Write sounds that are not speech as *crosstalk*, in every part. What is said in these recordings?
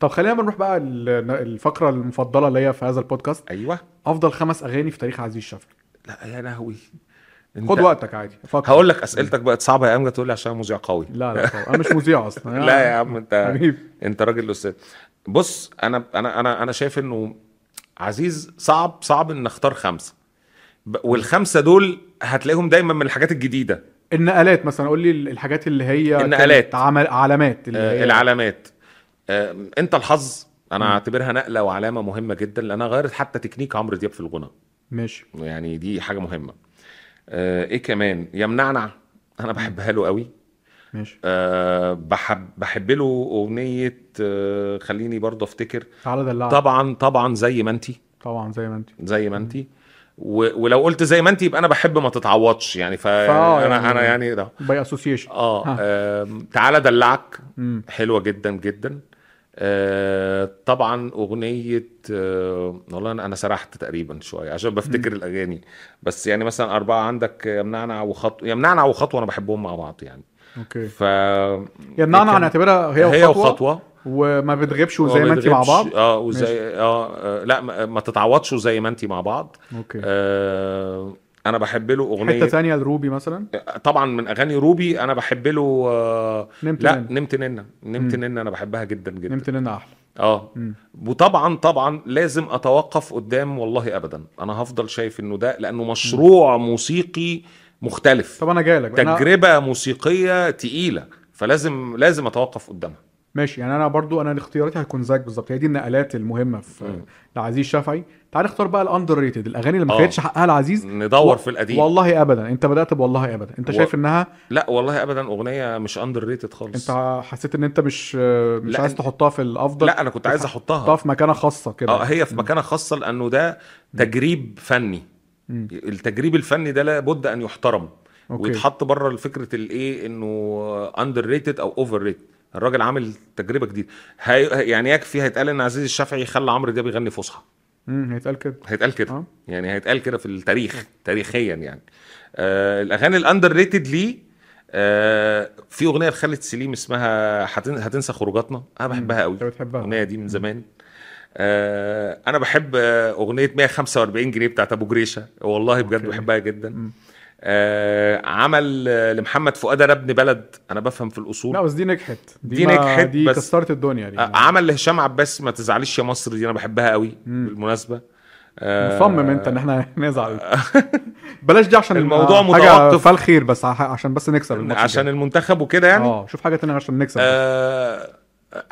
طب خلينا بنروح بقى ال- الفقره المفضله اللي هي في هذا البودكاست ايوه افضل خمس اغاني في تاريخ عزيز الشافعي لا يا لهوي خد وقتك عادي فكر هقول لك اسئلتك بقت صعبه يا امجد تقول لي عشان أنا مذيع قوي لا لا طبعا. انا مش مذيع يعني إيه؟ اصلا *laughs* لا يعني. يا عم انت حبيبي انت راجل استاذ بص انا انا انا انا شايف انه عزيز صعب صعب ان اختار خمسه ب- والخمسه دول هتلاقيهم دايما من الحاجات الجديده النقلات مثلا قول لي الحاجات اللي هي النقلات. كانت عمل علامات اللي آه، هي العلامات آه، انت الحظ انا اعتبرها نقله وعلامه مهمه جدا لانها غيرت حتى تكنيك عمرو دياب في الغنى ماشي يعني دي حاجه مهمه آه، ايه كمان يمنعنع انا بحبها له قوي ماشي أه بحب بحب له اغنيه أه خليني برضه افتكر تعالى دلعك طبعا طبعا زي ما انتي طبعا زي ما انت زي ما انتي و- ولو قلت زي ما انتي يبقى انا بحب ما تتعوضش يعني فانا فآه انا يعني- يعني, يعني ده باي اسوسيشن اه ها. آم، تعالى ادلعك مم. حلوه جدا جدا آه طبعا اغنيه آه والله انا أنا سرحت تقريبا شويه عشان بفتكر الاغاني بس يعني مثلا اربعه عندك يمنعنا وخطوه يمنعنا وخطوه انا بحبهم مع بعض يعني اوكي ف يمنعنا نعم، هنعتبرها هي هي وخطوه وخطوه وما بتغيبش وزي ما انت مع بتغيبش. بعض اه وزي آه, اه لا ما ما تتعوضش وزي ما انت مع بعض اوكي آه انا بحب له حته اغنيه ثانيه لروبي مثلا طبعا من اغاني روبي انا بحب له آه نمت لا نمت نمت ننه نمت مم. ننه انا بحبها جدا جدا نمت ننه احلى اه مم. وطبعا طبعا لازم اتوقف قدام والله ابدا انا هفضل شايف انه ده لانه مشروع موسيقي مختلف طب انا جاي لك أنا... تجربه موسيقيه تقيله فلازم لازم اتوقف قدامها ماشي يعني انا برضو انا اختياراتي هتكون زيك بالظبط هي دي النقلات المهمه في مم. لعزيز شافعي تعال اختار بقى الاندر ريتد الاغاني اللي ما آه. خدتش حقها لعزيز ندور و- في القديم والله ابدا انت بدات بالله ابدا انت و- شايف انها لا والله ابدا اغنيه مش اندر ريتد خالص انت حسيت ان انت مش مش لا، عايز إن- تحطها في الافضل لا انا كنت عايز تحطها احطها في مكانه خاصه كده اه هي في مكانه خاصه لانه ده تجريب فني مم. التجريب الفني ده لابد ان يحترم أوكي. ويتحط بره إيه فكره الايه انه اندر ريتد او اوفر ريتد الراجل عامل تجربه جديده هي... يعني يكفي هيتقال ان عزيز الشافعي خلى عمرو دياب يغني فصحى امم هيتقال كده هيتقال كده آه. يعني هيتقال كده في التاريخ تاريخيا يعني آه الاغاني الاندر ريتد ليه آه في اغنيه لخالد سليم اسمها هتن... هتنسى خروجاتنا انا بحبها قوي انت بتحبها الاغنيه دي من زمان آه انا بحب آه، اغنيه 145 جنيه بتاعت ابو جريشه والله بجد أوكي. بحبها جدا مم. آه عمل آه، لمحمد فؤاد انا ابن بلد انا بفهم في الاصول لا بس دي نجحت دي ما- نجحت دي بس- كسرت الدنيا دي آه عمل لهشام عباس ما تزعليش يا مصر دي انا بحبها قوي مم. بالمناسبه آه. مصمم انت ان احنا *laughs* نزعل بلاش دي عشان الموضوع آه، حاجه متوقف. فالخير بس ع- عشان بس نكسب الماتش عشان الجاي. المنتخب وكده يعني اه شوف حاجه تانية عشان نكسب آه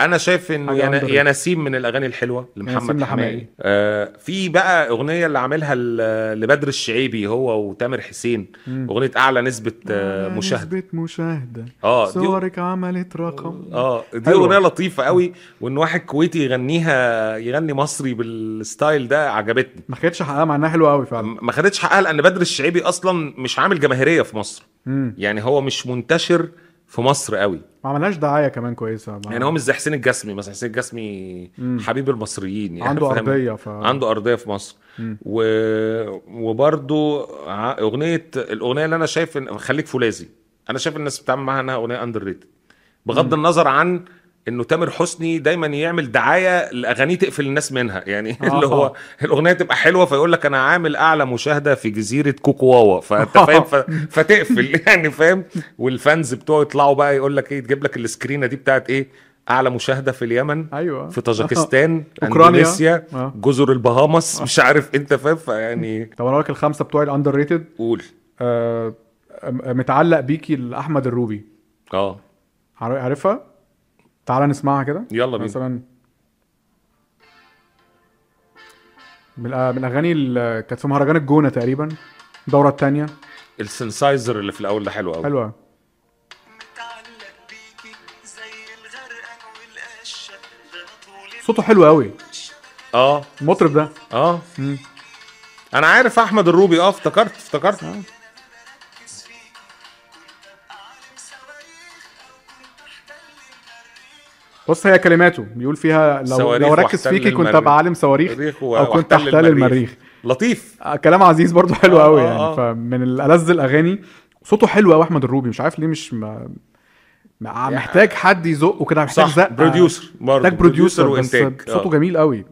انا شايف انه حاجة يا, underrated. نا- يا نسيم من الاغاني الحلوه نسيم لمحمد لحماقي. حماقي آه في بقى اغنيه اللي عاملها ل- لبدر الشعيبي هو وتامر حسين مم. اغنيه اعلى نسبه آه على مشاهده نسبة مشاهدة اه دي صورك عملت رقم اه دي حلوة. اغنيه لطيفه قوي وان واحد كويتي يغنيها يغني مصري بالستايل ده عجبتني ما خدتش حقها مع انها حلوه قوي فعلا ما خدتش حقها لان بدر الشعيبي اصلا مش عامل جماهيريه في مصر مم. يعني هو مش منتشر في مصر قوي ما عملناش دعايه كمان كويسه ما- يعني هو مش زي حسين الجسمي مثلا حسين الجسمي مم. حبيب المصريين يعني عنده فاهم؟ ارضيه ف عنده ارضيه في مصر مم. و... وبرضو ع- اغنيه الاغنيه اللي انا شايف ان خليك فولاذي انا شايف الناس بتعمل معاها انها اغنيه اندر ريتد بغض النظر عن انه تامر حسني دايما يعمل دعايه لاغانيه تقفل الناس منها يعني *laughs* آه. اللي هو الاغنيه تبقى حلوه فيقول لك انا عامل اعلى مشاهده في جزيره كوكواوا فانت آه. فاهم ف... فتقفل *laughs* يعني فاهم والفانز بتوعه يطلعوا بقى يقول لك ايه تجيب لك السكرينه دي بتاعت ايه اعلى مشاهده في اليمن ايوه في طاجكستان أوكرانيا. أه. اندونيسيا آه. جزر البهامس مش عارف انت فاهم فيعني *laughs* طب انا اقول لك الخمسه بتوعي الاندر ريتد قول آه م- متعلق بيكي لاحمد الروبي اه عار- عارفها تعال نسمعها كده يلا بينا مثلا من الأ- من الاغاني اللي كانت في مهرجان الجونه تقريبا الدوره الثانيه السنسايزر اللي في الاول ده حلو قوي حلوه متعلق بيكي زي الغرقان والقشة ده انا طول صوته حلو قوي اه المطرب ده اه مم. انا عارف احمد الروبي اه افتكرت افتكرت مركز فيك كنت ابقى عالم صواريخ او كنت احتل المريخ بص هي كلماته بيقول فيها لو صواريخ لو ركز واحتل فيكي كنت المريخ. ابقى عالم صواريخ المريخ و- او كنت واحتل احتل المريخ لطيف آه، كلام عزيز برضو حلو آه، قوي آه، يعني آه. فمن الالذ الاغاني صوته حلو قوي احمد الروبي مش عارف ليه مش ما... مع- آه، محتاج حد يزقه كده محتاج صح زق بروديوسر برضه محتاج بروديوسر بس وانتاج صوته آه. جميل قوي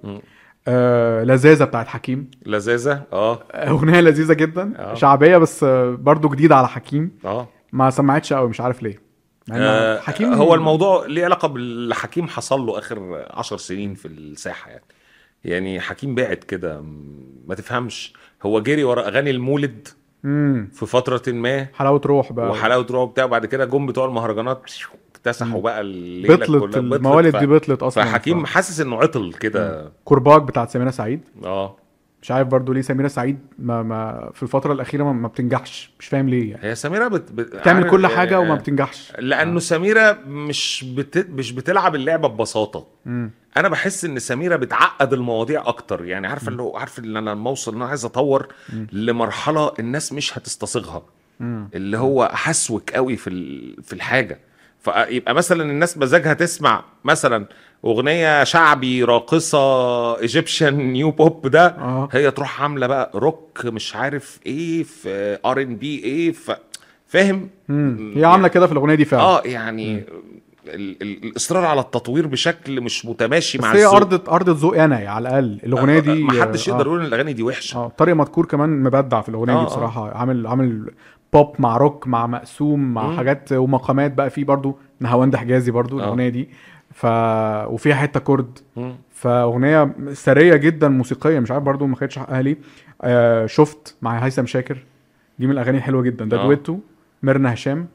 آه لذاذه بتاعت حكيم لذاذه اه *laughs* اغنيه لذيذه جدا آه. شعبيه بس آه، برضو جديده على حكيم اه ما سمعتش قوي مش عارف ليه مع إن آه، حكيم هو الموضوع ليه علاقه باللي حكيم حصل له اخر عشر سنين في الساحه يعني يعني حكيم بعد كده م- ما تفهمش هو جري ورا اغاني المولد مم. في فتره ما حلاوه روح بقى وحلاوه روح بتاع وبعد كده جم بتوع المهرجانات اكتسحوا بقى الليله بطلت كلها. الموالد ف- دي اه. بطلت اصلا فحكيم ف- حاسس انه عطل كده كرباج بتاعت سميرة سعيد اه مش عارف برضو ليه سميرة سعيد ما, ما في الفترة الأخيرة ما, ما بتنجحش مش فاهم ليه يعني هي سميره بت... بت... بتعمل عارف- كل حاجة آه، وما آه. بتنجحش لانه سميره مش بت... مش بتلعب اللعبه ببساطه مم. انا بحس ان سميره بتعقد المواضيع اكتر يعني عارفه اللي هو عارف ان انا لما اوصل ان انا عايز اطور لمرحله الناس مش هتستصيغها مم. اللي هو هسوك قوي في ال- في الحاجه فيبقى مثلا الناس مزاجها تسمع مثلا اغنيه شعبي راقصه ايجيبشن نيو بوب ده آه. هي تروح عامله بقى روك مش عارف ايه في ار ان بي ايه ف- فاهم مم. هي عاملة كده في الأغنية دي فعلا اه يعني ال- ال- الاصرار على التطوير بشكل مش متماشي بس مع هي الذوق. أرض أرض ذوقي أنا يعني على الأقل الأغنية دي ما حدش آه، يقدر يقول ان الاغاني دي وحشه اه طارق مدكور كمان مبدع في الاغنيه آه، دي آه. بصراحه عامل عامل بوب مع روك مع مقسوم مع مم. حاجات ومقامات بقى فيه برضو نهاوند حجازي برضو آه. الاغنيه دي ف وفيها حته كورد مم. فاغنيه سريه جدا موسيقيه مش عارف برضو ما خدتش حقها ليه آه شفت مع هيثم شاكر دي من الاغاني الحلوه جدا ده آه. دويتو ميرنا هشام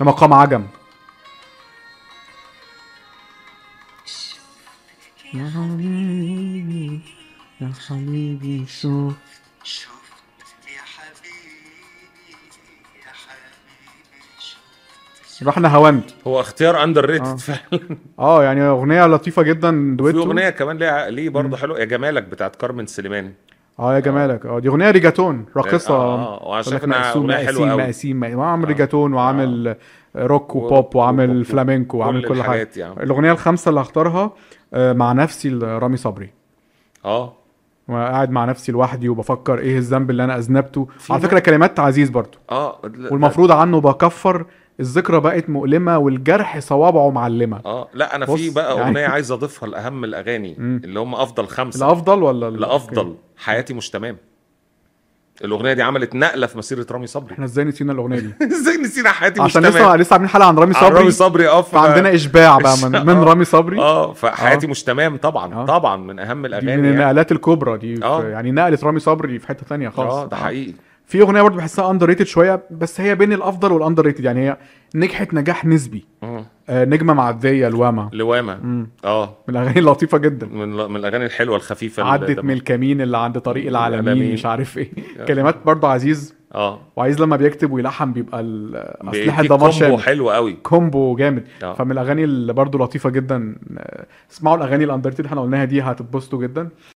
ده مقام عجم يا حبيبي يا حبيبي شوف شفت يا حبيبي يا حبيبي شفت راح نهاوند هو اختيار اندر آه. ريتد فعلا اه يعني اغنيه لطيفه جدا في دويتو اغنيه كمان ليها ليه برضه حلو يا جمالك بتاعت كارمن سليمان اه يا جمالك اه دي اغنيه ريجاتون راقصه آه، آه، وأنا يقول شايف لك إنها مقسوم أغنية حلوة مقسيم أوي. مقسيم مقسيم. هو عامل آه. ريجاتون وعامل روك و- وبوب و- و- وعامل فلامينكو وعامل كل حاجه الحاجات يعني الاغنيه الخامسه اللي هختارها آه، مع نفسي لرامي صبري اه وقاعد مع نفسي لوحدي وبفكر ايه الذنب اللي انا اذنبته على بقى- فكره كلمات عزيز برضو اه لا- والمفروض عنه بكفر الذكرى بقت مؤلمه والجرح صوابعه معلمه اه لا انا بص، في بقى يعني- اغنيه عايز اضيفها لاهم الاغاني اللي هم افضل خمسه الافضل ولا ال- أوكي. لافضل حياتي مش تمام الاغنيه دي عملت نقله في مسيره رامي *laughs* صبري احنا ازاي نسينا الاغنيه دي ازاي نسينا حياتي *laughs* مش عشان تمام لسه لسه عاملين حلقه عن رامي عن صبري رامي صبري اه ف- فعندنا اشباع بقى من, من آه. رامي صبري اه فحياتي مش تمام طبعا آه. طبعا من اهم دي الاغاني من يعني. النقلات الكبرى دي آه. في يعني نقلت رامي صبري في حته تانية خالص آه. اه ده حقيقي في اغنيه برضه بحسها اندر ريتد شويه بس هي بين الافضل والاندر ريتد يعني هي نجحت نجاح نسبي مم. آه نجمه معديه الواما لوامه اه من الاغاني اللطيفه *laughs* جدا من من الاغاني الحلوه الخفيفه اللي عدت دم- من الكمين اللي عند طريق العالمين العالمين. مش عارف *laughs* ايه آه. كلمات برضه عزيز اه وعزيز لما بيكتب ويلحن بيبقى ال- اسلحه بيديك دمار كومبو شامل حلو قوي كومبو جامد آه. فمن الاغاني اللي برضه لطيفه جدا آه، اسمعوا الاغاني الاندر ريتد اللي احنا قلناها دي هتتبسطوا جدا